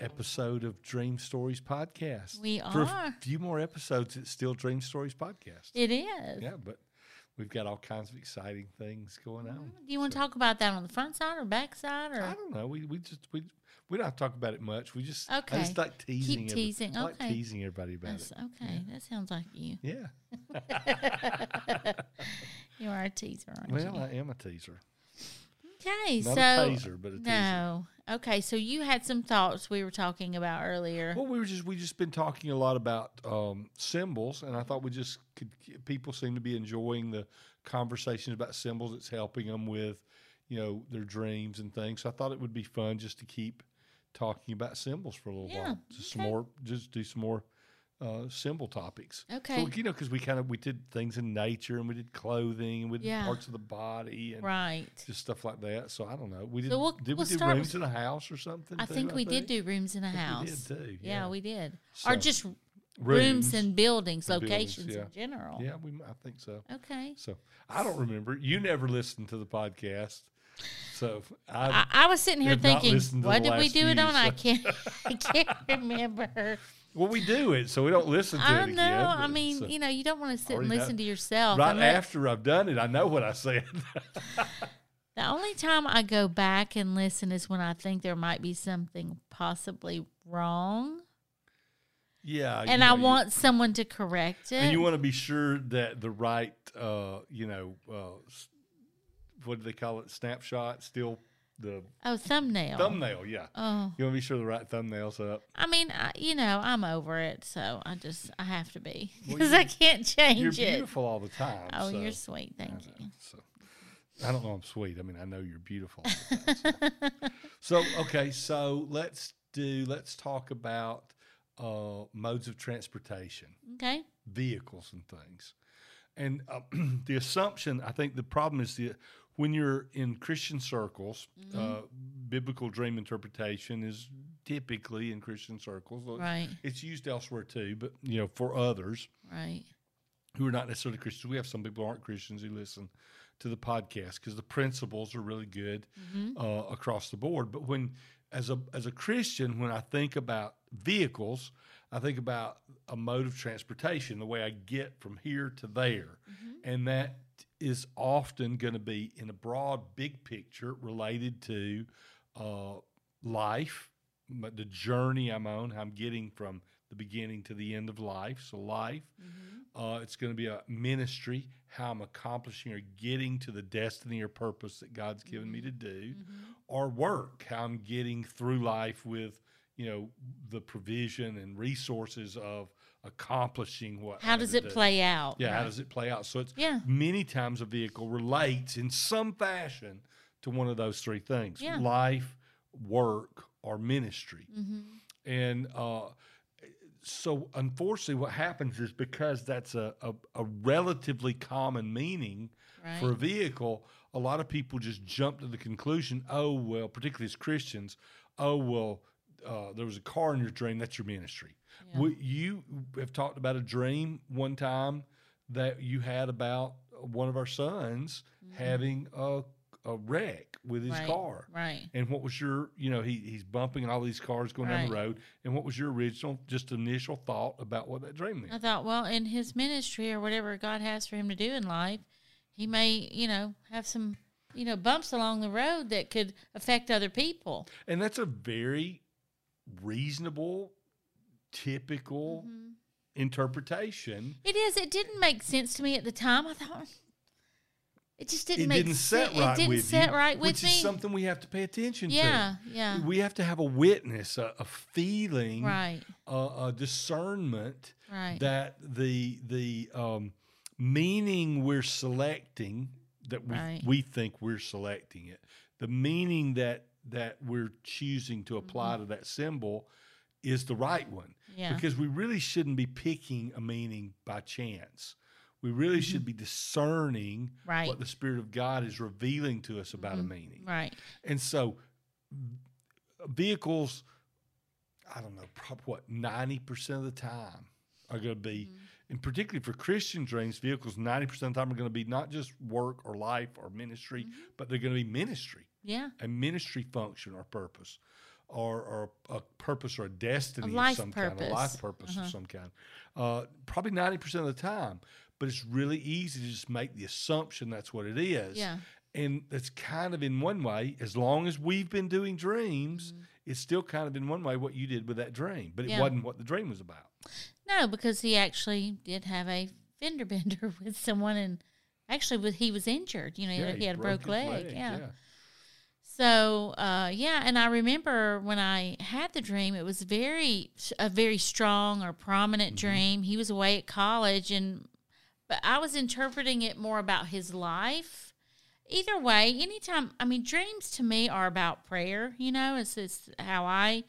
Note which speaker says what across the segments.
Speaker 1: episode of Dream Stories Podcast.
Speaker 2: We
Speaker 1: For a
Speaker 2: are.
Speaker 1: few more episodes, it's still Dream Stories Podcast.
Speaker 2: It is.
Speaker 1: Yeah, but we've got all kinds of exciting things going on.
Speaker 2: Do you want to talk about that on the front side or back side
Speaker 1: I
Speaker 2: or?
Speaker 1: don't know. We we just we we don't talk about it much. We just I just
Speaker 2: Okay.
Speaker 1: like teasing. every-
Speaker 2: teasing.
Speaker 1: I like
Speaker 2: Okay.
Speaker 1: teasing everybody about
Speaker 2: That's-
Speaker 1: it.
Speaker 2: okay, that sounds like you.
Speaker 1: Yeah.
Speaker 2: You are a teaser, aren't
Speaker 1: Well,
Speaker 2: you?
Speaker 1: I am a teaser,
Speaker 2: Okay,
Speaker 1: not
Speaker 2: so
Speaker 1: a taser, but a teaser.
Speaker 2: no. Okay, so you had some thoughts we were talking about earlier.
Speaker 1: Well, we were just we just been talking a lot about um, symbols, and I thought we just could. People seem to be enjoying the conversations about symbols. It's helping them with, you know, their dreams and things. So I thought it would be fun just to keep talking about symbols for a little
Speaker 2: Yeah,
Speaker 1: while. Just some
Speaker 2: okay.
Speaker 1: more, just do some more uh, symbol topics.
Speaker 2: Okay.
Speaker 1: So you know, because we kind of we did things in nature, and we did clothing, and we did
Speaker 2: Yeah.
Speaker 1: parts of the body, and
Speaker 2: right.
Speaker 1: just stuff like that. So I don't know. We did.
Speaker 2: we'll-
Speaker 1: did we
Speaker 2: we'll
Speaker 1: do
Speaker 2: start with-
Speaker 1: rooms in a house or something?
Speaker 2: I
Speaker 1: too,
Speaker 2: think we did do rooms in a
Speaker 1: I think
Speaker 2: house.
Speaker 1: We did too.
Speaker 2: yeah. we did. or
Speaker 1: So,
Speaker 2: just rooms,
Speaker 1: rooms.
Speaker 2: and
Speaker 1: and buildings,
Speaker 2: buildings, locations
Speaker 1: yeah.
Speaker 2: in general.
Speaker 1: Yeah, we. m- I think so.
Speaker 2: Okay.
Speaker 1: So I don't remember. You never listened to the podcast, so I.
Speaker 2: I, I was sitting here
Speaker 1: Have not
Speaker 2: thinking,
Speaker 1: listened to
Speaker 2: what
Speaker 1: the
Speaker 2: did we
Speaker 1: last
Speaker 2: do it
Speaker 1: few,
Speaker 2: on? I
Speaker 1: so-
Speaker 2: can't, I can't remember.
Speaker 1: well, we do it, so we don't listen to it
Speaker 2: I
Speaker 1: again.
Speaker 2: know. I
Speaker 1: but
Speaker 2: mean,
Speaker 1: it's, uh,
Speaker 2: you know, you don't want to sit and
Speaker 1: already done.
Speaker 2: listen to yourself.
Speaker 1: right
Speaker 2: unless-
Speaker 1: after I've done it, I know what I said.
Speaker 2: The only time I go back and listen is when I think there might be something possibly wrong,
Speaker 1: yeah, Uh, you
Speaker 2: and
Speaker 1: know,
Speaker 2: I
Speaker 1: you-
Speaker 2: want someone to correct it.
Speaker 1: and you want to be sure that the right, uh, you know, uh, s- what do they call it? Snapshot, still the
Speaker 2: oh, thumbnail.
Speaker 1: thumbnail. Yeah,
Speaker 2: Oh,
Speaker 1: you want to be sure the right thumbnail's up.
Speaker 2: I mean, I, you know, I'm over it, so I just I have to be
Speaker 1: Well,
Speaker 2: because
Speaker 1: you-
Speaker 2: I can't
Speaker 1: You're
Speaker 2: change it.
Speaker 1: beautiful all the time.
Speaker 2: Oh,
Speaker 1: so.
Speaker 2: you're sweet. Thank
Speaker 1: I
Speaker 2: you.
Speaker 1: know, So I don't know. I'm sweet. I mean, I know you're beautiful. all the time, so. So, okay, so let's do. Let's talk about uh, modes of transportation,
Speaker 2: Okay.
Speaker 1: vehicles, and things. And uh, the assumption, I think, the problem is the when you're in Christian circles,
Speaker 2: Mm-hmm.
Speaker 1: uh, biblical dream interpretation is typically in Christian circles. Well,
Speaker 2: Right.
Speaker 1: It's used elsewhere too, but you know, for others
Speaker 2: Right.
Speaker 1: who are not necessarily Christians. We have some people who aren't Christians who listen to the podcast because the principles are really good uh, across the board. But when, as a as a Christian, when I think about vehicles, I think about a mode of transportation, the way I get from here to there, and that is often going to be in a broad, big picture related to uh, life, m- the journey I'm on, how I'm getting from the beginning to the end of life. So life. Uh, it's going to be a ministry, how I'm accomplishing or getting to the destiny or purpose that God's given me to
Speaker 2: Mm-hmm.
Speaker 1: do, or work, how I'm getting through life with, you know, the provision and resources of accomplishing what. I
Speaker 2: How does
Speaker 1: had
Speaker 2: it
Speaker 1: to do.
Speaker 2: play out?
Speaker 1: Yeah, how
Speaker 2: Right.
Speaker 1: does it play out? So it's
Speaker 2: Yeah.
Speaker 1: many times a vehicle relates in some fashion to one of those three things:
Speaker 2: Yeah.
Speaker 1: life, work, or ministry.
Speaker 2: Mhm.
Speaker 1: And uh, so, unfortunately, what happens is because that's a, a, a relatively common meaning
Speaker 2: Right.
Speaker 1: for a vehicle, a lot of people just jump to the conclusion oh, well, particularly as Christians, oh, well, uh, there was a car in your dream, that's your ministry.
Speaker 2: Yeah.
Speaker 1: What you have talked about a dream one time that you had about one of our sons having a, a wreck with his
Speaker 2: Mm-hmm. Right.
Speaker 1: car
Speaker 2: Right.
Speaker 1: and what was your you know he, he's bumping all these cars going down the
Speaker 2: Right.
Speaker 1: road and what was your original just initial thought about what that dream
Speaker 2: I
Speaker 1: meant
Speaker 2: thought, well, in his ministry or whatever God has for him to do in life, he may, you know, have some, you know, bumps along the road that could affect other people.
Speaker 1: and that's a very reasonable typical
Speaker 2: Mm-hmm.
Speaker 1: interpretation
Speaker 2: It is. It didn't make sense to me at the time. I thought it just didn't
Speaker 1: it
Speaker 2: make
Speaker 1: didn't set
Speaker 2: sen-
Speaker 1: right
Speaker 2: It didn't
Speaker 1: with
Speaker 2: set
Speaker 1: you,
Speaker 2: right with
Speaker 1: which
Speaker 2: me.
Speaker 1: is something we have to pay attention
Speaker 2: yeah,
Speaker 1: to
Speaker 2: yeah,
Speaker 1: we have to have a witness a, a feeling
Speaker 2: right,
Speaker 1: a, a discernment
Speaker 2: right,
Speaker 1: that the the um, meaning we're selecting that we,
Speaker 2: Right.
Speaker 1: we think we're selecting it the meaning that that we're choosing to apply to that symbol is the right one
Speaker 2: Mm-hmm. yeah,
Speaker 1: because we really shouldn't be picking a meaning by chance we really should be discerning
Speaker 2: Mm-hmm. right,
Speaker 1: what the spirit of god is revealing to us about
Speaker 2: Mhm.
Speaker 1: a meaning
Speaker 2: right,
Speaker 1: and so v- vehicles, I don't know, probably what, 90% of the time are going to be,
Speaker 2: Mm-hmm.
Speaker 1: and particularly for Christian dreams, vehicles 90% of the time are going to be not just work or
Speaker 2: Mm-hmm.
Speaker 1: life or ministry, but they're going to be ministry,
Speaker 2: yeah,
Speaker 1: a ministry function or purpose. or, or a purpose or a destiny of
Speaker 2: life
Speaker 1: some kind,
Speaker 2: purpose. Uh-huh.
Speaker 1: a life purpose of some kind. Uh, probably 90% of the time. But it's really easy to just make the assumption that's what it is.
Speaker 2: Yeah.
Speaker 1: And that's kind of in one way, as long as we've been doing dreams, it's still kind of in one way what you did with that dream. But it
Speaker 2: Mm-hmm. Yeah.
Speaker 1: wasn't what the dream was about.
Speaker 2: No, because he actually did have a fender bender with someone, and actually, with, he was injured. You know, he had- he, had a broke
Speaker 1: his
Speaker 2: leg. yeah. So uh, yeah, and I remember when I had the dream, it was very a very strong or prominent dream. He was away at college, and but I was interpreting it more about his life. Either way, anytime I mean, dreams to me are about prayer. You know, it's it's how I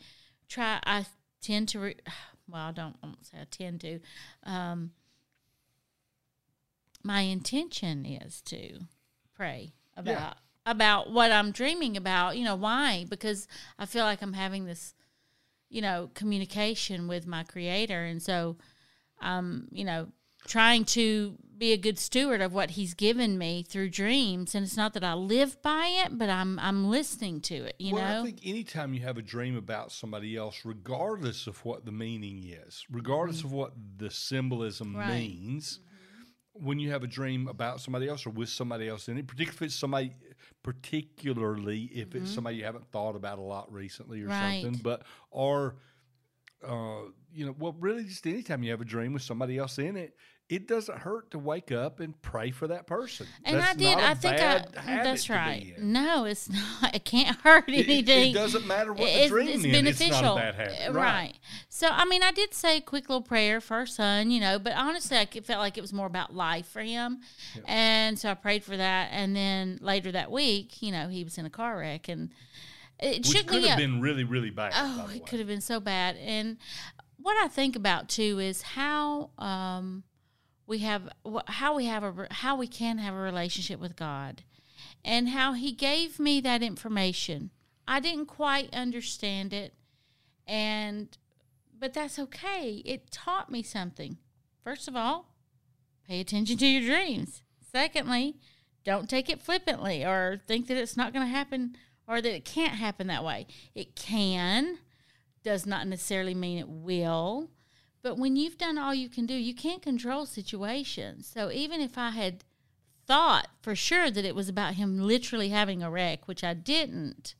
Speaker 2: try. I tend to re- well, I don't, I won't say I tend to. Um, my intention is to pray about about what I'm dreaming about. You know why? Because I feel like I'm having this, you know, communication with my Creator, and so I'm, you know, trying to be a good steward of what He's given me through dreams. And it's not that I live by it, but I'm I'm listening to it. You
Speaker 1: well,
Speaker 2: know,
Speaker 1: I think anytime you have a dream about somebody else, regardless of what the meaning is, regardless of what the symbolism
Speaker 2: Mm-hmm. Right.
Speaker 1: means, when you have a dream about somebody else or with somebody else in it, particularly if it's somebody, particularly if it's somebody you haven't thought about a lot recently or
Speaker 2: Mm-hmm. Right.
Speaker 1: something, but or uh, you know, well, really, just anytime you have a dream with somebody else in it. It doesn't hurt to wake up and pray for that person.
Speaker 2: And
Speaker 1: That's
Speaker 2: I did.
Speaker 1: not a
Speaker 2: I think
Speaker 1: bad
Speaker 2: I.
Speaker 1: habit
Speaker 2: That's
Speaker 1: to be
Speaker 2: right.
Speaker 1: in.
Speaker 2: No, it's not. It can't hurt
Speaker 1: It- It,
Speaker 2: anything.
Speaker 1: it doesn't matter what the
Speaker 2: It's-
Speaker 1: dream
Speaker 2: it's
Speaker 1: is.
Speaker 2: beneficial.
Speaker 1: It's not a bad habit.
Speaker 2: Uh, So, I mean, I did say a quick little prayer for our son, you know, but honestly, I c- felt like it was more about life for him. And so I prayed for that. And then later that week, you know, he was in a car wreck and it
Speaker 1: Which
Speaker 2: shook
Speaker 1: could
Speaker 2: me
Speaker 1: have
Speaker 2: up.
Speaker 1: been really, really bad. by
Speaker 2: Oh,
Speaker 1: the way.
Speaker 2: it could have been so bad. And what I think about too is how um, we have wh- how we have a re- how we can have a relationship with God, and how He gave me that information. I didn't quite understand it, and but that's okay. It taught me something. First of all, pay attention to your dreams. Secondly, don't take it flippantly or think that it's not going to happen or that it can't happen that way. It can, does not necessarily mean it will. But when you've done all you can do, you can't control situations. So even if I had thought for sure that it was about him literally having a wreck, which I didn't,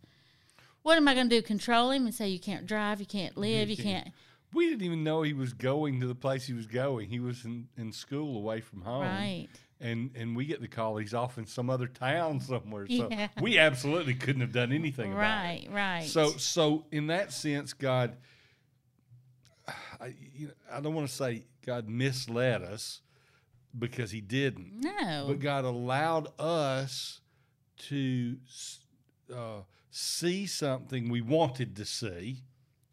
Speaker 2: what am I going to do? Control him and say, you can't drive, you can't live, you
Speaker 1: can't-
Speaker 2: can't.
Speaker 1: We didn't even know he was going to the place he was going. He was in, in school away from home.
Speaker 2: Right.
Speaker 1: And and we get the call he's off in some other town somewhere. So
Speaker 2: Yeah.
Speaker 1: we absolutely couldn't have done anything about it.
Speaker 2: Right, right.
Speaker 1: So, so in that sense, God, I, you know, I don't want to say God misled us because He didn't,
Speaker 2: no.
Speaker 1: but God allowed us to s- uh, see something we wanted to see,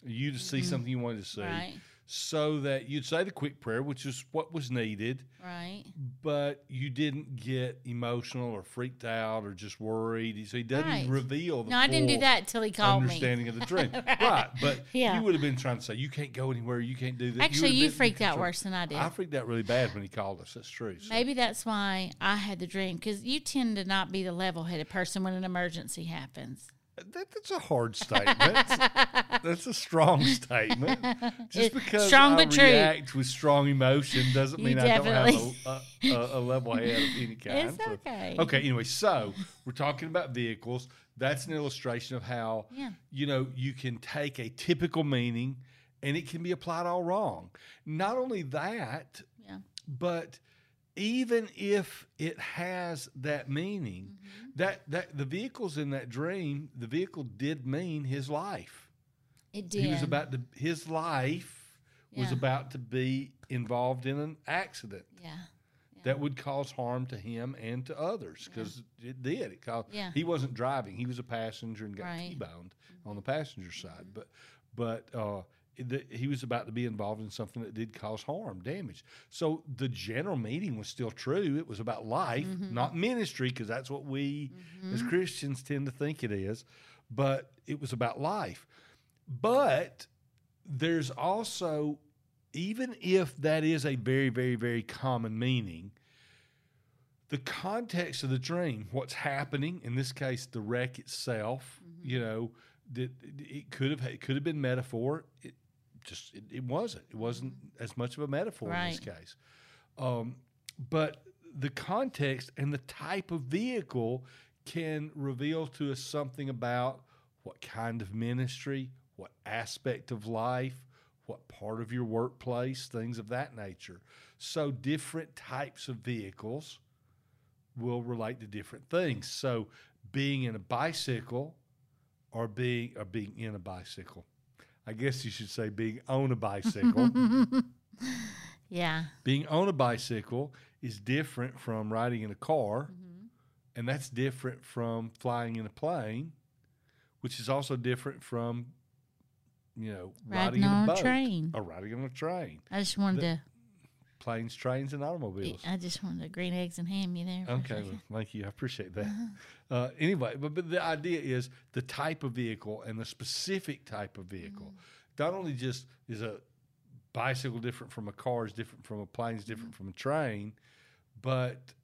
Speaker 1: you to see something you wanted to see,
Speaker 2: Mm-hmm. Right,
Speaker 1: so that you'd say the quick prayer, which is what was needed,
Speaker 2: right.
Speaker 1: but you didn't get emotional or freaked out or just worried. So He doesn't
Speaker 2: Right.
Speaker 1: reveal. The
Speaker 2: No, I didn't do
Speaker 1: full-
Speaker 2: that till he called me.
Speaker 1: understanding of the dream. right. But
Speaker 2: Yeah.
Speaker 1: you would have been trying to say, you can't go anywhere. You can't do that.
Speaker 2: Actually,
Speaker 1: would've
Speaker 2: you
Speaker 1: been in
Speaker 2: freaked out
Speaker 1: control.
Speaker 2: worse than I did.
Speaker 1: I freaked out really bad when he called us. That's true. So-
Speaker 2: Maybe that's why I had the dream because you tend to not be the level headed person when an emergency happens.
Speaker 1: That, that's a hard statement. that's a strong statement. Just because
Speaker 2: strong
Speaker 1: I
Speaker 2: but true.
Speaker 1: react with strong emotion doesn't
Speaker 2: You
Speaker 1: mean I don't have
Speaker 2: definitely-
Speaker 1: a, a, a level head of any kind.
Speaker 2: It's
Speaker 1: So-
Speaker 2: okay.
Speaker 1: Okay. Anyway, so we're talking about vehicles. That's an illustration of how
Speaker 2: Yeah.
Speaker 1: you know you can take a typical meaning and it can be applied all wrong. Not only that,
Speaker 2: Yeah.
Speaker 1: but even if it has that meaning
Speaker 2: Mm-hmm.
Speaker 1: that that the vehicles in that dream the vehicle did mean his life
Speaker 2: It did.
Speaker 1: he was about to his life was
Speaker 2: Yeah.
Speaker 1: about to be involved in an accident
Speaker 2: Yeah.
Speaker 1: that would cause harm to him and to others because it did it caused
Speaker 2: Yeah.
Speaker 1: he wasn't driving he was a passenger and got
Speaker 2: Right. Mm-hmm.
Speaker 1: t-boned on the passenger side but but uh the, he was about to be involved in something that did cause harm, damage. So the general meeting was still true. It was about life,
Speaker 2: Mm-hmm.
Speaker 1: not ministry, because that's what we as Christians tend to think it is. But it was about life. But there's also, even if that is a very, very, very common meaning, the context of the dream, what's happening, in this case, the wreck itself, you know, that it could have it could have been metaphor. It just it, it wasn't. It wasn't as much of a metaphor in this
Speaker 2: Right.
Speaker 1: case. Um, but the context and the type of vehicle can reveal to us something about what kind of ministry, what aspect of life, what part of your workplace, things of that nature. So different types of vehicles will relate to different things. So being in a bicycle or being or being in a bicycle. I guess you should say being on a bicycle.
Speaker 2: yeah.
Speaker 1: being on a bicycle is different from riding in a car,
Speaker 2: Mhm.
Speaker 1: and that's different from flying in a plane, which is also different from you know riding,
Speaker 2: Riding
Speaker 1: in
Speaker 2: on
Speaker 1: a
Speaker 2: a
Speaker 1: boat
Speaker 2: train.
Speaker 1: or riding on a train.
Speaker 2: I just wanted
Speaker 1: The-
Speaker 2: to.
Speaker 1: Planes, trains, and automobiles.
Speaker 2: I just wanted to green eggs and ham you there. for a
Speaker 1: Okay,
Speaker 2: second.
Speaker 1: well, thank you. I appreciate that. Uh, anyway, but, but the idea is the type of vehicle and the specific type of vehicle.
Speaker 2: Mm.
Speaker 1: Not only just is a bicycle different from a car, is different from a plane, is
Speaker 2: Mm.
Speaker 1: different from a train, but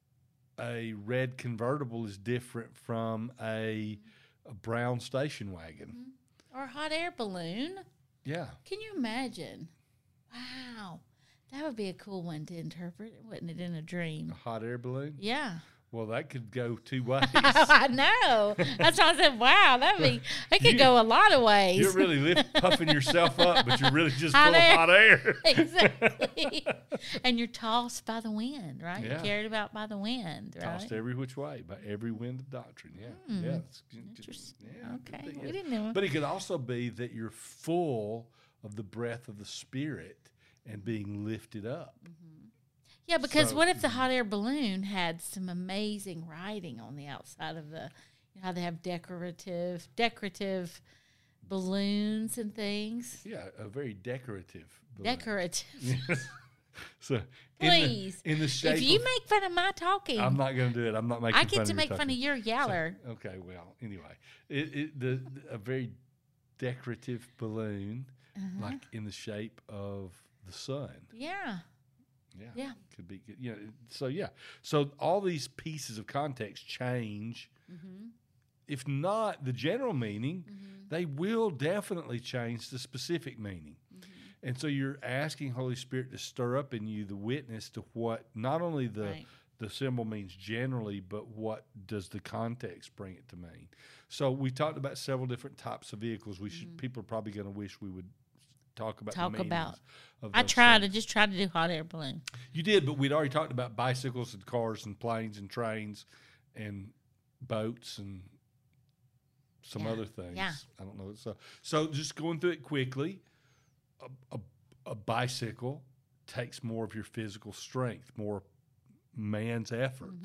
Speaker 1: a red convertible is different from a, a brown station
Speaker 2: Mm-hmm.
Speaker 1: wagon.
Speaker 2: Or a hot air balloon.
Speaker 1: Yeah.
Speaker 2: Can you imagine? Wow. That would be a cool one to interpret, wouldn't it, in a
Speaker 1: A
Speaker 2: dream?
Speaker 1: hot air balloon?
Speaker 2: Yeah.
Speaker 1: Well, that could go two ways.
Speaker 2: I know. That's why I said, wow, that would be, it could
Speaker 1: You-
Speaker 2: go a lot of ways.
Speaker 1: You're really lift, puffing yourself up, but you're really just
Speaker 2: Hot
Speaker 1: full
Speaker 2: air.
Speaker 1: of hot air.
Speaker 2: exactly. and you're tossed by the wind, right? You're
Speaker 1: Yeah.
Speaker 2: carried about by the wind, right?
Speaker 1: tossed every which way by every wind of doctrine. Yeah, yeah. it's- it's-
Speaker 2: Hmm. Interesting.
Speaker 1: yeah, it could
Speaker 2: Okay.
Speaker 1: be,
Speaker 2: We
Speaker 1: yeah.
Speaker 2: didn't know.
Speaker 1: But it could also be that you're full of the breath of the Spirit and being lifted up.
Speaker 2: Mm-hmm. yeah, because
Speaker 1: so-
Speaker 2: what if the hot air balloon had some amazing writing on the outside of the, you know, how they have decorative, decorative balloons and things?
Speaker 1: Yeah, a very decorative. balloon.
Speaker 2: Decorative.
Speaker 1: so,
Speaker 2: Please.
Speaker 1: in the, in the shape.
Speaker 2: If you
Speaker 1: of-
Speaker 2: make fun of my talking,
Speaker 1: I'm not going to do it. I'm not making.
Speaker 2: I
Speaker 1: fun
Speaker 2: get to
Speaker 1: of
Speaker 2: make
Speaker 1: your
Speaker 2: fun of your yaller.
Speaker 1: talking. Okay. Well, anyway, it, it, the, the- a very decorative balloon,
Speaker 2: Uh-huh.
Speaker 1: like in the shape of the sun.
Speaker 2: Yeah.
Speaker 1: Yeah.
Speaker 2: Yeah.
Speaker 1: Could be good. You know, so yeah. So all these pieces of context change.
Speaker 2: Mm-hmm.
Speaker 1: If not the general meaning, they will definitely change the specific meaning.
Speaker 2: Mm-hmm.
Speaker 1: And so you're asking Holy Spirit to stir up in you the witness to what not only the
Speaker 2: Right.
Speaker 1: the symbol means generally, but what does the context bring it to mean? So we talked about several different types of vehicles. We should people are probably going to wish we would talk about the
Speaker 2: Mm-hmm. Talk
Speaker 1: meanings
Speaker 2: about-
Speaker 1: Of
Speaker 2: I
Speaker 1: those
Speaker 2: tried. I just tried to do hot air balloon.
Speaker 1: you did, but we'd already talked about bicycles and cars and planes and trains and boats and some
Speaker 2: Yeah,
Speaker 1: other things.
Speaker 2: yeah.
Speaker 1: I don't know. So, so just going through it quickly, a, a, a bicycle takes more of your physical strength, more man's effort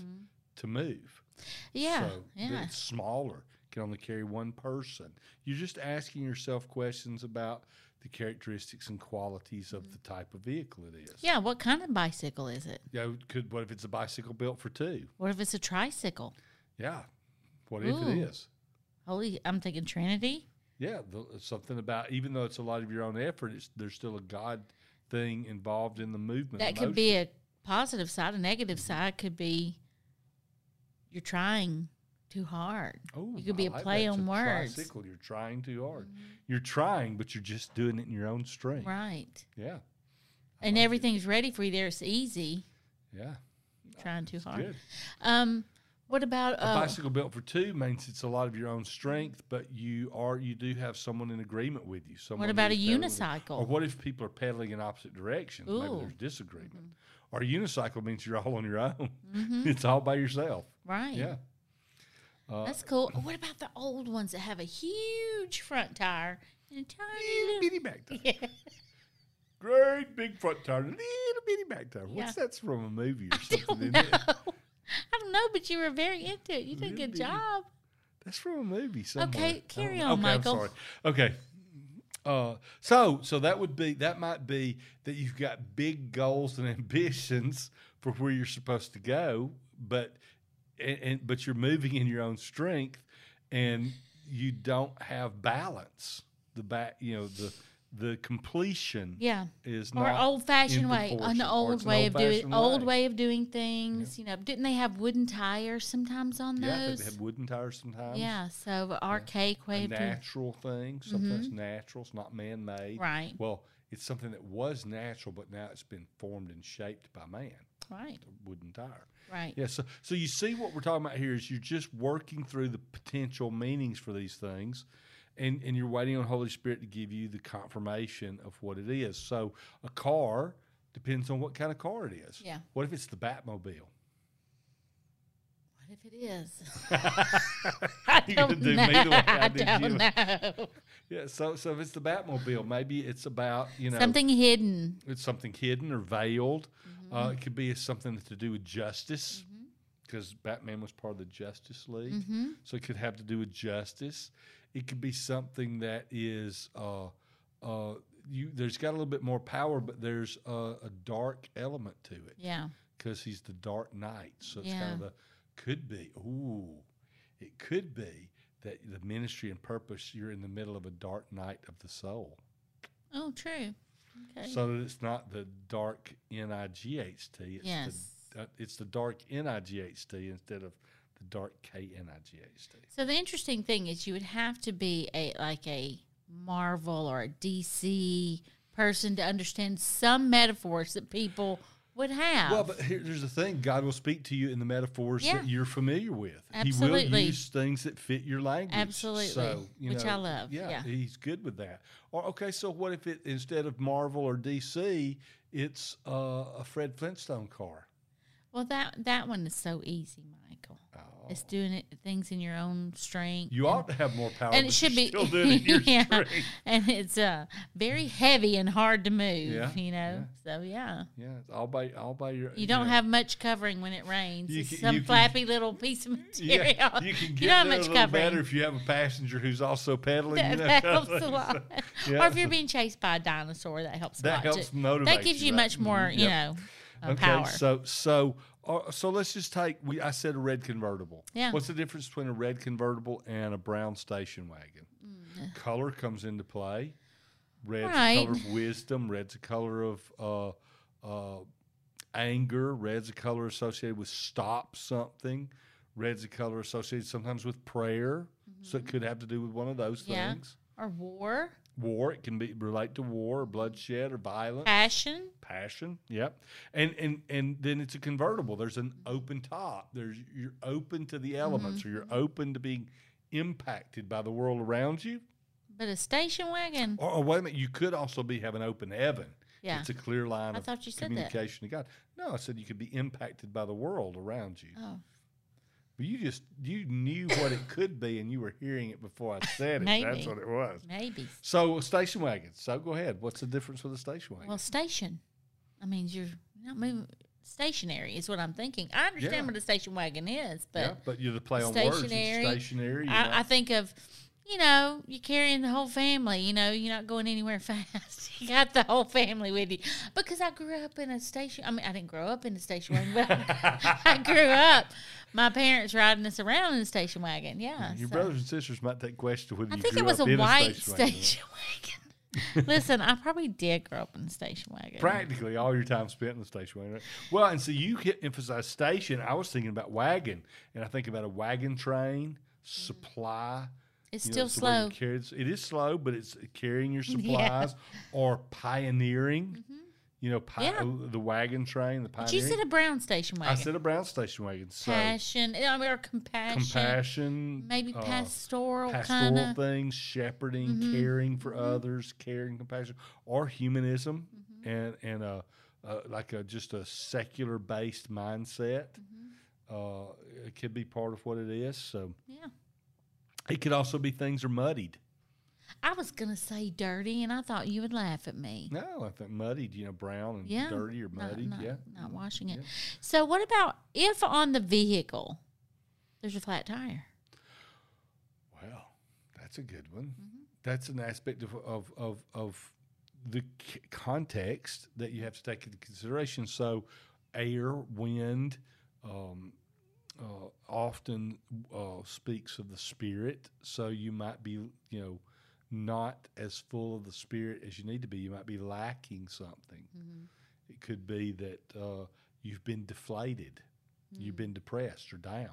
Speaker 1: to move.
Speaker 2: Mm-hmm. Yeah.
Speaker 1: So th-
Speaker 2: yeah.
Speaker 1: it's smaller, can only carry one person. You're just asking yourself questions about the characteristics and qualities
Speaker 2: Mm-hmm.
Speaker 1: of the type of vehicle it is.
Speaker 2: Yeah. What kind of bicycle is it?
Speaker 1: Yeah, could what if it's a bicycle built for two?
Speaker 2: What if it's a tricycle?
Speaker 1: Yeah, what if it
Speaker 2: Ooh.
Speaker 1: is?
Speaker 2: Holy, I'm thinking Trinity.
Speaker 1: Yeah, the, something about even though it's a lot of your own effort, it's, there's still a God thing involved in the movement.
Speaker 2: That
Speaker 1: of
Speaker 2: could
Speaker 1: motion.
Speaker 2: be a positive side. A negative side could be you're trying too hard.
Speaker 1: Oh,
Speaker 2: it could
Speaker 1: I
Speaker 2: be a
Speaker 1: like
Speaker 2: play
Speaker 1: that. It's
Speaker 2: on
Speaker 1: a
Speaker 2: words. Mm-hmm.
Speaker 1: Tricycle. You're trying too hard. You're trying, but you're just doing it in your own strength.
Speaker 2: Right.
Speaker 1: Yeah,
Speaker 2: And everything's ready for you there. It's easy.
Speaker 1: yeah.
Speaker 2: You're trying too hard.
Speaker 1: Good.
Speaker 2: Um, what about
Speaker 1: A
Speaker 2: uh,
Speaker 1: bicycle built for two means it's a lot of your own strength, but you are you do have someone in agreement with you. Someone
Speaker 2: what about a
Speaker 1: who's pedaling. Or
Speaker 2: unicycle?
Speaker 1: what if people are pedaling in opposite directions? Maybe
Speaker 2: Ooh.
Speaker 1: there's disagreement. Or a unicycle means you're all on your own.
Speaker 2: Mm-hmm.
Speaker 1: it's all by yourself.
Speaker 2: Right.
Speaker 1: Yeah.
Speaker 2: That's cool. Oh, What about the old ones that have a huge front tire and a tiny little?
Speaker 1: Bitty back tire. Great big front tire. Little bitty back tire. What's
Speaker 2: Yeah.
Speaker 1: that's from a movie or
Speaker 2: I
Speaker 1: something?
Speaker 2: don't
Speaker 1: isn't
Speaker 2: know.
Speaker 1: it?
Speaker 2: Oh, I don't know, but you were very into it. You did a
Speaker 1: Really?
Speaker 2: good job.
Speaker 1: That's from a movie somewhere.
Speaker 2: Okay,
Speaker 1: I don't
Speaker 2: carry
Speaker 1: know.
Speaker 2: on,
Speaker 1: okay,
Speaker 2: Michael.
Speaker 1: I'm sorry. Okay. Uh, so so that would be that might be that you've got big goals and ambitions for where you're supposed to go, but and, and but you're moving in your own strength, and you don't have balance. The back, you know the the completion
Speaker 2: yeah.
Speaker 1: is
Speaker 2: Or
Speaker 1: not
Speaker 2: old fashioned way,
Speaker 1: proportion,
Speaker 2: an
Speaker 1: or
Speaker 2: old
Speaker 1: it's an
Speaker 2: way of doing,
Speaker 1: old-fashioned
Speaker 2: old
Speaker 1: way.
Speaker 2: way of doing things. You know, didn't they have wooden tires sometimes on
Speaker 1: yeah, I think
Speaker 2: those?
Speaker 1: they have wooden tires sometimes.
Speaker 2: yeah, so archaic way
Speaker 1: a
Speaker 2: of doing.
Speaker 1: natural thing, something that's natural. It's not man made.
Speaker 2: Mm-hmm. Right,
Speaker 1: Well, it's something that was natural, but now it's been formed and shaped by man.
Speaker 2: right,
Speaker 1: The wooden tire.
Speaker 2: right.
Speaker 1: Yeah. So, so you see what we're talking about here is you're just working through the potential meanings for these things, and and you're waiting on Holy Spirit to give you the confirmation of what it is. So, a car depends on what kind of car it is.
Speaker 2: Yeah.
Speaker 1: What if it's the Batmobile?
Speaker 2: What if it is?
Speaker 1: I
Speaker 2: I don't know. I don't know.
Speaker 1: Yeah. So, so if it's the Batmobile, maybe it's about you know
Speaker 2: Something hidden.
Speaker 1: it's something hidden or veiled. Uh, it could be something to do with justice, because Batman was part of the Justice League, so it could have to do with justice. It could be something that is uh, uh, you. There's got a little bit more power, but there's a, a dark element to it
Speaker 2: Yeah.
Speaker 1: because he's the Dark Knight. So it's kind of
Speaker 2: Yeah.
Speaker 1: the could be. Ooh, it could be that the ministry and purpose you're in the middle of a dark night of the soul.
Speaker 2: Oh, true. Okay.
Speaker 1: So that it's not the dark N I G H T. It's
Speaker 2: Yes.
Speaker 1: The, uh, it's the dark N I G H T instead of the dark K N I G H T.
Speaker 2: So the interesting thing is you would have to be a like a Marvel or a DC person to understand some metaphors that people would have.
Speaker 1: Well, but here, there's the thing: God will speak to you in the metaphors
Speaker 2: Yeah.
Speaker 1: that you're familiar with. He will
Speaker 2: Absolutely.
Speaker 1: use things that fit your language.
Speaker 2: Absolutely.
Speaker 1: so, you
Speaker 2: Which
Speaker 1: know,
Speaker 2: I love.
Speaker 1: Yeah,
Speaker 2: Yeah.
Speaker 1: he's good with that. Or okay, so what if it instead of Marvel or DC, it's uh, a Fred Flintstone car?
Speaker 2: Well, that that one is so easy, Michael.
Speaker 1: Oh.
Speaker 2: It's doing it, things in your own strength.
Speaker 1: You ought to have more power.
Speaker 2: and
Speaker 1: but
Speaker 2: it should
Speaker 1: you're
Speaker 2: be
Speaker 1: still doing it in your
Speaker 2: yeah.
Speaker 1: strength.
Speaker 2: and it's uh very heavy and hard to move
Speaker 1: Yeah,
Speaker 2: you know so yeah
Speaker 1: Yeah, it's all by all by your.
Speaker 2: you don't
Speaker 1: know.
Speaker 2: have much covering when it rains
Speaker 1: You
Speaker 2: it's
Speaker 1: can-
Speaker 2: some
Speaker 1: you can-
Speaker 2: flappy little piece of material
Speaker 1: Yeah, you can get
Speaker 2: don't have
Speaker 1: there a
Speaker 2: much
Speaker 1: little
Speaker 2: covering
Speaker 1: better if you have a passenger who's also pedaling. you
Speaker 2: that,
Speaker 1: know,
Speaker 2: that
Speaker 1: kind of
Speaker 2: helps a
Speaker 1: thing.
Speaker 2: lot
Speaker 1: yeah.
Speaker 2: or if you're being chased by a dinosaur that helps
Speaker 1: That
Speaker 2: a lot
Speaker 1: helps
Speaker 2: too.
Speaker 1: motivate.
Speaker 2: that gives you
Speaker 1: right?
Speaker 2: much more
Speaker 1: Mhm.
Speaker 2: you
Speaker 1: Yeah.
Speaker 2: know uh, power
Speaker 1: So so uh, so let's just take. We I said a red convertible.
Speaker 2: Yeah.
Speaker 1: What's the difference between a red convertible and a brown station wagon? Color comes into play. Red's a
Speaker 2: Mm. Right.
Speaker 1: color of wisdom. Red's a color of uh, uh, anger. Red's a color associated with stop something. Red's a color associated sometimes with prayer. So it could have to do with one of those
Speaker 2: Mm-hmm. Yeah.
Speaker 1: things.
Speaker 2: or war
Speaker 1: War. It can be relate to war, or bloodshed, or violence
Speaker 2: passion
Speaker 1: passion yep and and and then it's a convertible there's an open top there's you're open to the elements
Speaker 2: Mm-hmm.
Speaker 1: or you're open to being impacted by the world around you
Speaker 2: but a station wagon
Speaker 1: or, or wait a minute you could also be having open heaven
Speaker 2: yeah
Speaker 1: Oh, it's a clear line
Speaker 2: I
Speaker 1: of
Speaker 2: thought you said that.
Speaker 1: communication to god no i said you could be impacted by the world around you
Speaker 2: oh
Speaker 1: but you just you knew what it could be and you were hearing it before i said it that's
Speaker 2: Maybe.
Speaker 1: what it was
Speaker 2: maybe
Speaker 1: so station wagon so go ahead what's the difference with a station wagon
Speaker 2: Well, station. I mean, you're not moving. Stationary is what I'm thinking. I understand
Speaker 1: Yeah.
Speaker 2: what a station wagon is,
Speaker 1: yeah,
Speaker 2: but
Speaker 1: but you're the play on words. It's
Speaker 2: stationary,
Speaker 1: stationary. you're not-
Speaker 2: I, I think of, you know, you're carrying the whole family. You know, you're not going anywhere fast. You got the whole family with you. Because I grew up in a station. I mean, I didn't grow up in a station wagon, but I grew up. My parents riding us around in a station wagon. Yeah.
Speaker 1: Your
Speaker 2: so.
Speaker 1: brothers and sisters might take question to whether
Speaker 2: I
Speaker 1: you
Speaker 2: think
Speaker 1: grew
Speaker 2: it was a
Speaker 1: up in
Speaker 2: white
Speaker 1: station wagon.
Speaker 2: station wagon. Listen, I probably did grow up in a station wagon.
Speaker 1: Practically all your time spent in the station wagon. Right? Well, and so you hit emphasize station. I was thinking about wagon, and I think about a wagon train supply.
Speaker 2: It's
Speaker 1: you know,
Speaker 2: still
Speaker 1: it's the way you
Speaker 2: slow.
Speaker 1: carry it's- it is slow, but it's carrying your supplies or pioneering. You know, pi-
Speaker 2: Mm-hmm.
Speaker 1: uh,
Speaker 2: Yeah.
Speaker 1: the wagon train, the
Speaker 2: But
Speaker 1: pioneering.
Speaker 2: you said a brown station
Speaker 1: I
Speaker 2: wagon.
Speaker 1: said a brown station wagon. So
Speaker 2: passion, eh, I mean, or compassion,
Speaker 1: compassion,
Speaker 2: maybe
Speaker 1: uh,
Speaker 2: pastoral,
Speaker 1: pastoral
Speaker 2: kind of.
Speaker 1: things, shepherding,
Speaker 2: Mm-hmm.
Speaker 1: caring for others, caring, compassion, or humanism,
Speaker 2: Mm-hmm.
Speaker 1: and and a, uh like a just a secular based mindset.
Speaker 2: Mm-hmm.
Speaker 1: Uh, it could be part of what it is. So
Speaker 2: Yeah,
Speaker 1: it could also be things are muddied.
Speaker 2: I was gonna say dirty, and I thought you would laugh at me.
Speaker 1: No, I think muddied. You know, brown and
Speaker 2: Yeah,
Speaker 1: dirty or
Speaker 2: Not-
Speaker 1: muddied.
Speaker 2: not,
Speaker 1: yeah.
Speaker 2: not washing it.
Speaker 1: Yeah.
Speaker 2: So, what about if on the vehicle there's a flat tire?
Speaker 1: Well, that's a good one. That's an aspect of of of, of the c- context that you have to take into consideration. So, air, wind, um, uh, often uh, speaks of the spirit. So you might be, you know, not as full of the Spirit as you need to be. You might be lacking something. It could be that uh, you've been deflated,
Speaker 2: Mm.
Speaker 1: you've been depressed or down.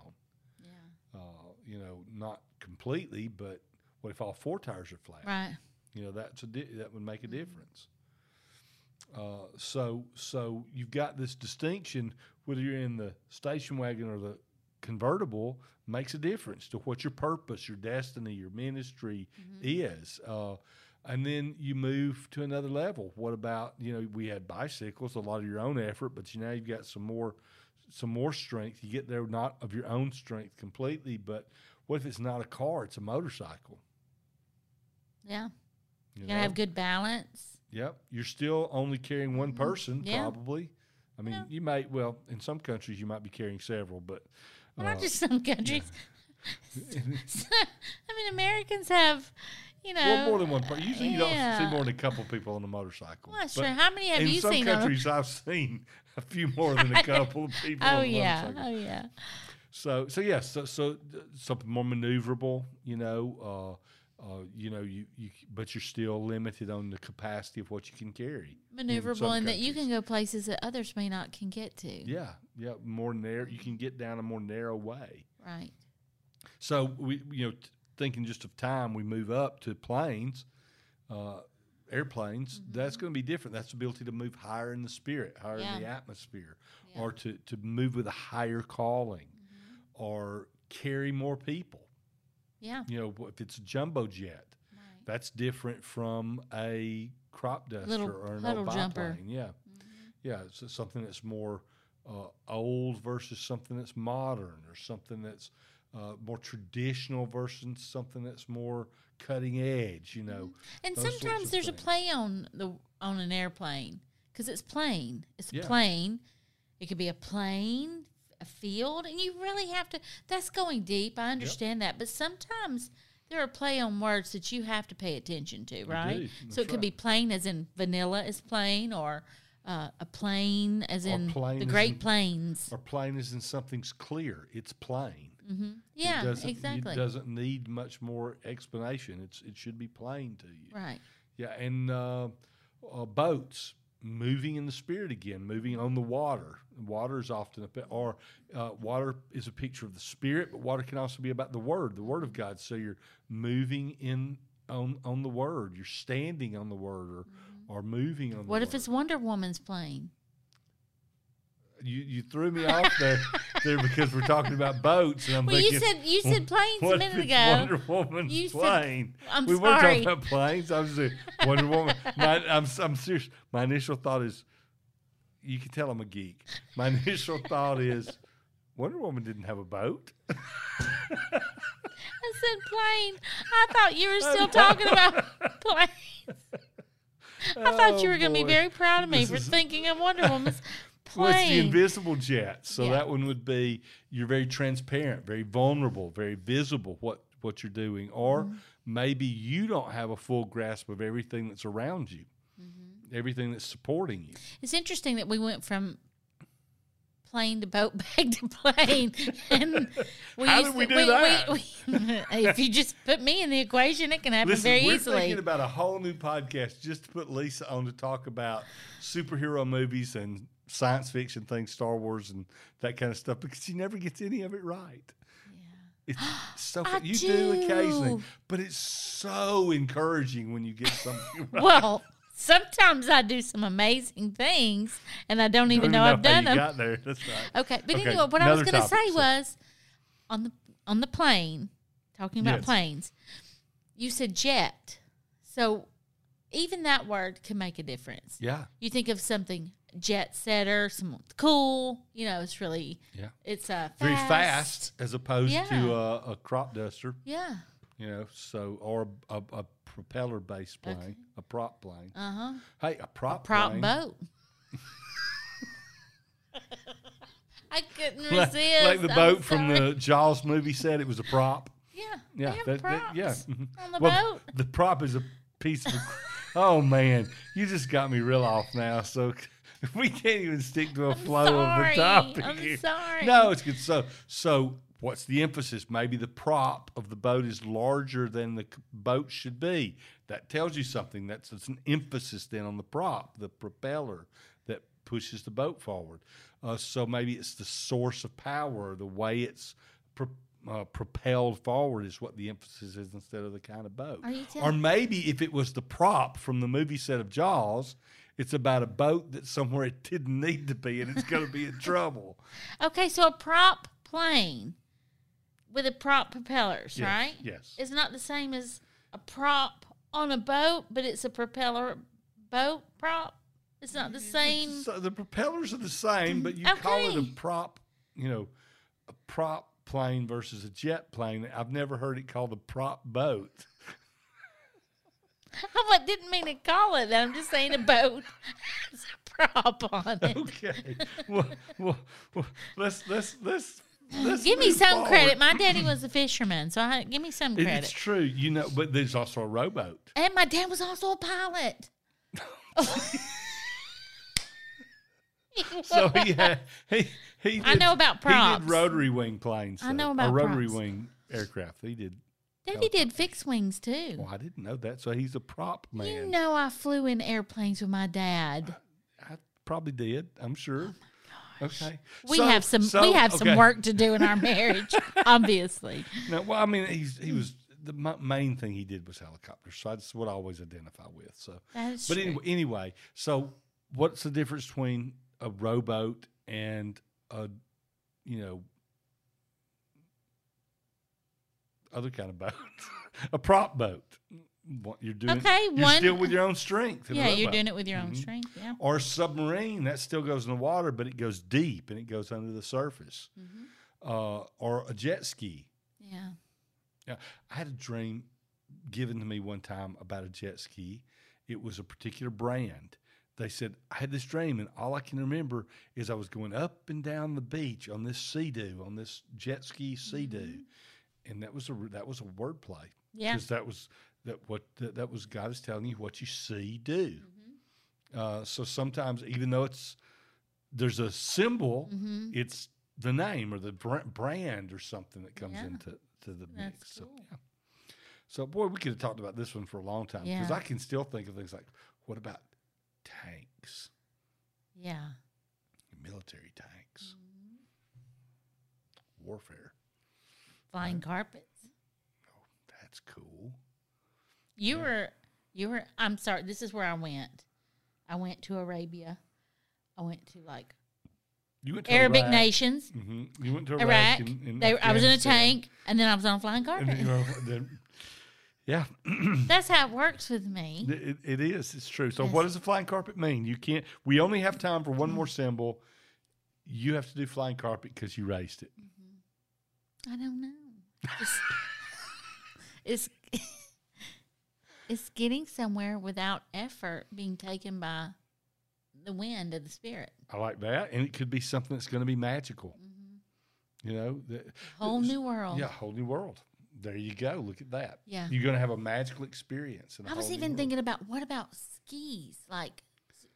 Speaker 2: Mm-hmm. Yeah.
Speaker 1: Uh, you know, not completely, but what if all four tires are flat?
Speaker 2: Right.
Speaker 1: You know, that's a di- that would make a difference. Uh, so, so you've got this distinction whether you're in the station wagon or the convertible makes a difference to what your purpose, your destiny, your ministry
Speaker 2: Mm-hmm.
Speaker 1: is. Uh, and then you move to another level. What about you know we had bicycles, a lot of your own effort, but you now you've got some more, some more strength. You get there not of your own strength completely, but what if it's not a car? It's a motorcycle.
Speaker 2: Yeah.
Speaker 1: You know?
Speaker 2: You gotta have good balance.
Speaker 1: Yep. You're still only carrying one person,
Speaker 2: Mm-hmm. Yeah.
Speaker 1: probably. I mean,
Speaker 2: Yeah.
Speaker 1: you might, well, in some countries, you might be carrying several, but. uh,
Speaker 2: Well, not just some countries. I mean, Americans have, you know.
Speaker 1: well, more than one person. Usually you don't see
Speaker 2: yeah.
Speaker 1: more than a couple people on a motorcycle.
Speaker 2: Well, that's
Speaker 1: But
Speaker 2: true. How many have
Speaker 1: in
Speaker 2: you
Speaker 1: some
Speaker 2: seen? on a-
Speaker 1: countries, I've seen a few more than a couple of people
Speaker 2: oh
Speaker 1: on a
Speaker 2: yeah.
Speaker 1: motorcycle.
Speaker 2: Oh yeah.
Speaker 1: So, so yes, so, so uh, something more maneuverable, you know, uh, uh, you know, you, you, but you're still limited on the capacity of what you can carry. in some
Speaker 2: Maneuverable, and that you
Speaker 1: countries.
Speaker 2: can go places that others may not can get to.
Speaker 1: Yeah, yeah, more narrow. You can get down a more narrow way.
Speaker 2: Right.
Speaker 1: So we, you know, t- thinking just of time, we move up to planes, uh, airplanes.
Speaker 2: Mm-hmm.
Speaker 1: That's going to be different. That's the ability to move higher in the spirit, higher
Speaker 2: Yeah.
Speaker 1: in the atmosphere,
Speaker 2: Yeah.
Speaker 1: or to to move with a higher calling,
Speaker 2: Mm-hmm.
Speaker 1: or carry more people.
Speaker 2: Yeah.
Speaker 1: You know, wh- if it's a jumbo jet,
Speaker 2: Right.
Speaker 1: that's different from a crop duster
Speaker 2: Little
Speaker 1: or an
Speaker 2: puddle
Speaker 1: old
Speaker 2: jumper. Mm-hmm.
Speaker 1: biplane. Yeah, yeah, it's something that's more uh, old versus something that's modern, or something that's uh, more traditional versus something that's more cutting edge. You know,
Speaker 2: And
Speaker 1: those sorts
Speaker 2: sometimes
Speaker 1: of
Speaker 2: there's
Speaker 1: things.
Speaker 2: a play on the on an airplane because it's plane. It's a
Speaker 1: Yeah.
Speaker 2: plane. It could be a plane, a field, and you really have to. That's going deep. I understand that, but sometimes there are play on words that you have to pay attention to, right?
Speaker 1: do. That's
Speaker 2: So it could
Speaker 1: right.
Speaker 2: be plain as in vanilla is plain, or uh, a plane as
Speaker 1: Or
Speaker 2: in
Speaker 1: plain
Speaker 2: the
Speaker 1: as
Speaker 2: Great
Speaker 1: in-
Speaker 2: Plains.
Speaker 1: or plain isn't something's clear; it's plain. it
Speaker 2: Yeah,
Speaker 1: doesn't,
Speaker 2: exactly.
Speaker 1: It doesn't need much more explanation. It's it should be plain to you.
Speaker 2: right.
Speaker 1: Yeah, and uh, uh, boats moving in the spirit again, moving on the water. Water is often a pi- or uh, water is a picture of the spirit, but water can also be about the word, the word of God. So you're moving in on on the word. You're standing on the word, or
Speaker 2: Mm-hmm.
Speaker 1: or moving on.
Speaker 2: What
Speaker 1: the
Speaker 2: if
Speaker 1: word.
Speaker 2: it's Wonder Woman's plane?
Speaker 1: you? You threw me off there there because we're talking about boats, and I'm
Speaker 2: Well, you
Speaker 1: thinking.
Speaker 2: said you said planes
Speaker 1: what
Speaker 2: a
Speaker 1: if
Speaker 2: minute
Speaker 1: it's
Speaker 2: ago.
Speaker 1: Wonder Woman's
Speaker 2: You said-
Speaker 1: plane.
Speaker 2: I'm
Speaker 1: we were
Speaker 2: sorry.
Speaker 1: talking about planes. I was like, Wonder Woman. My, I'm, I'm serious. My initial thought is, you can tell I'm a geek. My initial thought is, Wonder Woman didn't have a boat.
Speaker 2: I said plane. I thought you were still talking about planes. I thought you were going to
Speaker 1: Oh,
Speaker 2: be very proud of me
Speaker 1: This
Speaker 2: for
Speaker 1: is-
Speaker 2: thinking of Wonder Woman's
Speaker 1: Well, it's the
Speaker 2: plane.
Speaker 1: invisible jet. So
Speaker 2: Yeah.
Speaker 1: that one would be you're very transparent, very vulnerable, very visible what what you're doing, or maybe you don't have a full grasp of everything that's around you, everything that's supporting you.
Speaker 2: it's interesting that we went from plane to boat, bag to plane, and we
Speaker 1: How
Speaker 2: used
Speaker 1: did we
Speaker 2: to-
Speaker 1: do that?
Speaker 2: we- if you just put me in the equation, it can happen
Speaker 1: Listen,
Speaker 2: very
Speaker 1: we're
Speaker 2: easily.
Speaker 1: thinking about a whole new podcast just to put Lisa on to talk about superhero movies and science fiction things, Star Wars and that kind of stuff, because she never gets any of it right. It's so
Speaker 2: I
Speaker 1: you do. occasionally,
Speaker 2: do.
Speaker 1: but it's so encouraging when you get something right.
Speaker 2: well, sometimes I do some amazing things, and I don't even
Speaker 1: Don't
Speaker 2: know
Speaker 1: even
Speaker 2: I've
Speaker 1: how
Speaker 2: done
Speaker 1: you
Speaker 2: them.
Speaker 1: got there. That's right.
Speaker 2: Okay, but
Speaker 1: Okay,
Speaker 2: anyway, what I was
Speaker 1: another
Speaker 2: going to
Speaker 1: topic,
Speaker 2: say
Speaker 1: so-
Speaker 2: was on the on the plane, talking about
Speaker 1: Yes.
Speaker 2: planes. You said jet, so even that word can make a difference.
Speaker 1: Yeah,
Speaker 2: You think of something jet setter, someone cool. You know, it's really
Speaker 1: yeah.
Speaker 2: it's uh, fast.
Speaker 1: Very fast, as opposed
Speaker 2: Yeah.
Speaker 1: to uh, a crop duster,
Speaker 2: Yeah.
Speaker 1: you know. So, or a, a, a propeller-based plane, a prop plane.
Speaker 2: Uh huh.
Speaker 1: Hey, a prop
Speaker 2: Prop
Speaker 1: plane.
Speaker 2: boat. I couldn't
Speaker 1: like,
Speaker 2: resist.
Speaker 1: like the
Speaker 2: I'm
Speaker 1: boat from
Speaker 2: sorry.
Speaker 1: the Jaws movie said it was a prop.
Speaker 2: yeah
Speaker 1: Yeah,
Speaker 2: they have
Speaker 1: that- that-
Speaker 2: props
Speaker 1: yeah, mhm.
Speaker 2: on the
Speaker 1: well,
Speaker 2: boat.
Speaker 1: the prop is a piece of. oh man, you just got me real off now. So we can't even stick to a flow
Speaker 2: sorry.
Speaker 1: of the topic
Speaker 2: I'm
Speaker 1: here.
Speaker 2: sorry.
Speaker 1: No, it's good. So so What's the emphasis? Maybe the prop of the boat is larger than the c- boat should be. That tells you something. That's, that's an emphasis then on the prop, the propeller that pushes the boat forward. Uh, so maybe it's the source of power, the way it's pro- uh, propelled forward is what the emphasis is instead of the kind of boat.
Speaker 2: Are you
Speaker 1: Or
Speaker 2: telling?
Speaker 1: maybe if it was the prop from the movie set of Jaws, it's about a boat that's somewhere it didn't need to be and it's going to be in trouble.
Speaker 2: Okay, so a prop plane with a prop propellers,
Speaker 1: Yes,
Speaker 2: right?
Speaker 1: Yes.
Speaker 2: It's not the same as a prop on a boat, but it's a propeller boat prop. It's not the
Speaker 1: Mm-hmm.
Speaker 2: same.
Speaker 1: So the propellers are the same, but you call it a
Speaker 2: Okay.
Speaker 1: prop, you know, a prop plane versus a jet plane. I've never heard it called a prop boat.
Speaker 2: I wa- didn't mean to call it that. I'm just saying a boat has a prop on it.
Speaker 1: Okay. well, well, well, let's let's let's. let's
Speaker 2: Give me
Speaker 1: move
Speaker 2: some
Speaker 1: forward.
Speaker 2: credit. My daddy was a fisherman, so I, give me some
Speaker 1: It-
Speaker 2: credit.
Speaker 1: it's true, you know, but there's also a rowboat.
Speaker 2: and my dad was also a pilot.
Speaker 1: So he had he he. Did,
Speaker 2: I know about
Speaker 1: He
Speaker 2: props.
Speaker 1: did rotary wing planes.
Speaker 2: I
Speaker 1: though,
Speaker 2: know about
Speaker 1: or rotary
Speaker 2: props.
Speaker 1: wing aircraft. He did.
Speaker 2: Daddy did fixed wings too.
Speaker 1: Well, I didn't know that. So he's a prop man.
Speaker 2: You know, I flew in airplanes with my dad.
Speaker 1: I probably did. I'm sure. Okay.
Speaker 2: Oh, We
Speaker 1: So-
Speaker 2: have some.
Speaker 1: so-
Speaker 2: we have
Speaker 1: okay.
Speaker 2: some work to do in our marriage, obviously.
Speaker 1: No, well, I mean, he's, he was the m- main thing he did was helicopters. So that's what I always identify with. So,
Speaker 2: That's
Speaker 1: but
Speaker 2: true.
Speaker 1: anyway, anyway, so what's the difference between a rowboat and a, you know, other kind of boat, a prop boat? What you're doing?
Speaker 2: Okay,
Speaker 1: you're
Speaker 2: one-
Speaker 1: still with your own strength. in a
Speaker 2: yeah, you're
Speaker 1: rowboat.
Speaker 2: doing it with your own
Speaker 1: Mhm.
Speaker 2: strength. Yeah.
Speaker 1: Or a submarine that still goes in the water, but it goes deep and it goes under the surface.
Speaker 2: Mhm.
Speaker 1: Uh, or a jet ski.
Speaker 2: Yeah.
Speaker 1: I had a dream given to me one time about a jet ski. It was a particular brand. They said, I had this dream, and all I can remember is I was going up and down the beach on this sea doo, on this jet ski sea doo.
Speaker 2: Mhm.
Speaker 1: And that was a, that was a wordplay
Speaker 2: Yeah.
Speaker 1: because that was that what that, that was God is telling you what you see do. Uh, so sometimes, even though it's there's a symbol,
Speaker 2: Mm-hmm.
Speaker 1: it's the name or the br- brand or something that comes
Speaker 2: Yeah.
Speaker 1: into to the
Speaker 2: That's
Speaker 1: mix. So,
Speaker 2: cool.
Speaker 1: yeah. so, boy, we could have talked about this one for a long time because
Speaker 2: Yeah.
Speaker 1: I can still think of things like, what about tanks,
Speaker 2: Yeah.
Speaker 1: military tanks,
Speaker 2: Mm.
Speaker 1: warfare?
Speaker 2: Flying carpets.
Speaker 1: That's cool.
Speaker 2: You were. You were. I'm sorry. This is where I went. I went to Arabia. I went to like
Speaker 1: You went to
Speaker 2: Arabic
Speaker 1: Iraq.
Speaker 2: nations.
Speaker 1: hmm You went to Iraq.
Speaker 2: Iraq.
Speaker 1: and- and
Speaker 2: they, I was in a
Speaker 1: Afghanistan.
Speaker 2: tank, and then I was on a flying
Speaker 1: And then you
Speaker 2: carpet.
Speaker 1: were over there. yeah,
Speaker 2: That's how it works with me.
Speaker 1: It, it is. It's true. So,
Speaker 2: Yes.
Speaker 1: what does a flying carpet mean? You can't. We only have time for one more
Speaker 2: Mm-hmm.
Speaker 1: symbol. You have to do flying carpet because you raised it.
Speaker 2: I don't know. It's it's, it's getting somewhere without effort being taken by the wind of the spirit.
Speaker 1: I like that, and it could be something that's going to be magical. You know, that,
Speaker 2: Mm-hmm. Whole new world.
Speaker 1: yeah, whole new world. There you go. Look at that.
Speaker 2: Yeah.
Speaker 1: you're going to have a magical experience. in a
Speaker 2: I was
Speaker 1: whole new
Speaker 2: even
Speaker 1: world.
Speaker 2: thinking about what about skis, like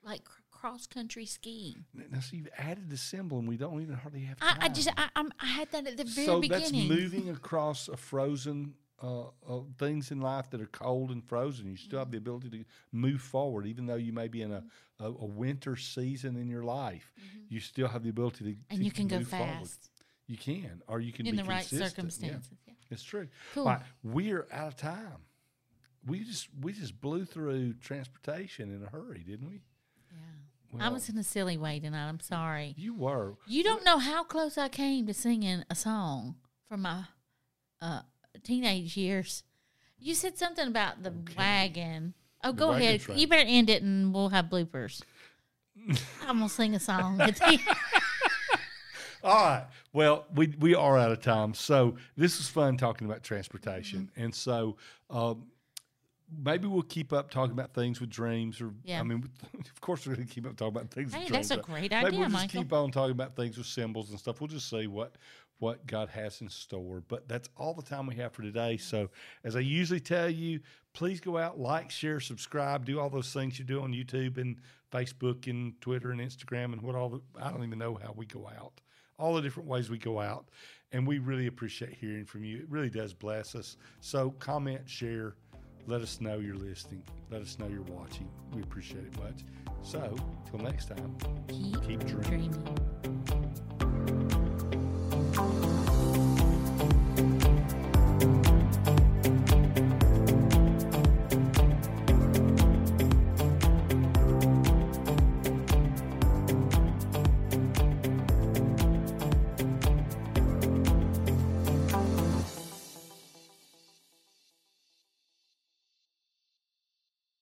Speaker 2: like cross country skiing.
Speaker 1: Now, so you've added the symbol, and we don't even hardly have.
Speaker 2: I,
Speaker 1: Time.
Speaker 2: I just I, I'm, I had that at the very
Speaker 1: so
Speaker 2: beginning.
Speaker 1: that's moving across a frozen uh, uh, things in life that are cold and frozen. You still have the ability to move forward, even though you may be in a, a, a winter season in your life. You still have the ability to
Speaker 2: Mm-hmm. and
Speaker 1: to
Speaker 2: you can go
Speaker 1: move forward.
Speaker 2: fast
Speaker 1: You can, or you can
Speaker 2: in
Speaker 1: be
Speaker 2: the right
Speaker 1: consistent.
Speaker 2: circumstances. Yeah.
Speaker 1: Yeah, it's true.
Speaker 2: Cool.
Speaker 1: All right, we're out of time. We just we just blew through transportation in a hurry, didn't we?
Speaker 2: Yeah. I was in a silly way tonight. I'm sorry.
Speaker 1: You were.
Speaker 2: You don't know how close I came to singing a song from my uh, teenage years. You said something about the wagon. Oh, go
Speaker 1: wagon
Speaker 2: ahead.
Speaker 1: train.
Speaker 2: You better end it, and we'll have bloopers. I'm gonna sing a song. At the
Speaker 1: All right. Well, we we are out of time. So this was fun talking about transportation,
Speaker 2: Mm-hmm.
Speaker 1: and so um, maybe we'll keep up talking about things with dreams. Or I
Speaker 2: Yeah.
Speaker 1: mean, of course we're going to keep up talking about things.
Speaker 2: Hey,
Speaker 1: with
Speaker 2: that's
Speaker 1: dreams,
Speaker 2: a
Speaker 1: but
Speaker 2: great
Speaker 1: maybe
Speaker 2: idea,
Speaker 1: we'll just
Speaker 2: Michael.
Speaker 1: keep on talking about things with symbols and stuff. We'll just see what what God has in store. But that's all the time we have for today. So as I usually tell you, please go out, like, share, subscribe, do all those things you do on YouTube and Facebook and Twitter and Instagram and what all the, I don't even know how we go out all the different ways we go out. And we really appreciate hearing from you. It really does bless us. So comment, share, let us know you're listening. Let us know you're watching. We appreciate it much. So, till next time,
Speaker 2: Keep
Speaker 1: keep dreaming.
Speaker 2: dreaming.